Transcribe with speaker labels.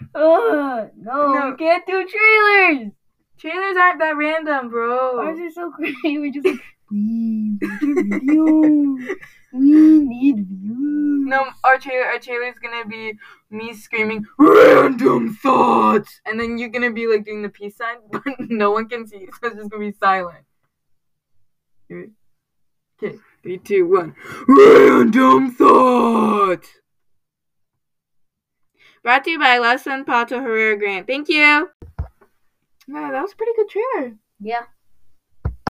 Speaker 1: Ugh, no,
Speaker 2: No.
Speaker 1: we can't do trailers.
Speaker 2: Trailers aren't that random,
Speaker 1: Why
Speaker 2: bro.
Speaker 1: is it so crazy? We're just like, please, we need views. We need views.
Speaker 2: No, our trailer, our trailer's gonna be me screaming random thoughts, and then you're gonna be like doing the peace sign, but no one can see, so it's just gonna be silent. Okay, three, two, one. Random thoughts. Brought to you by Lesson Pato Herrera Grant. Thank you. Yeah, that was a pretty good trailer.
Speaker 1: Yeah,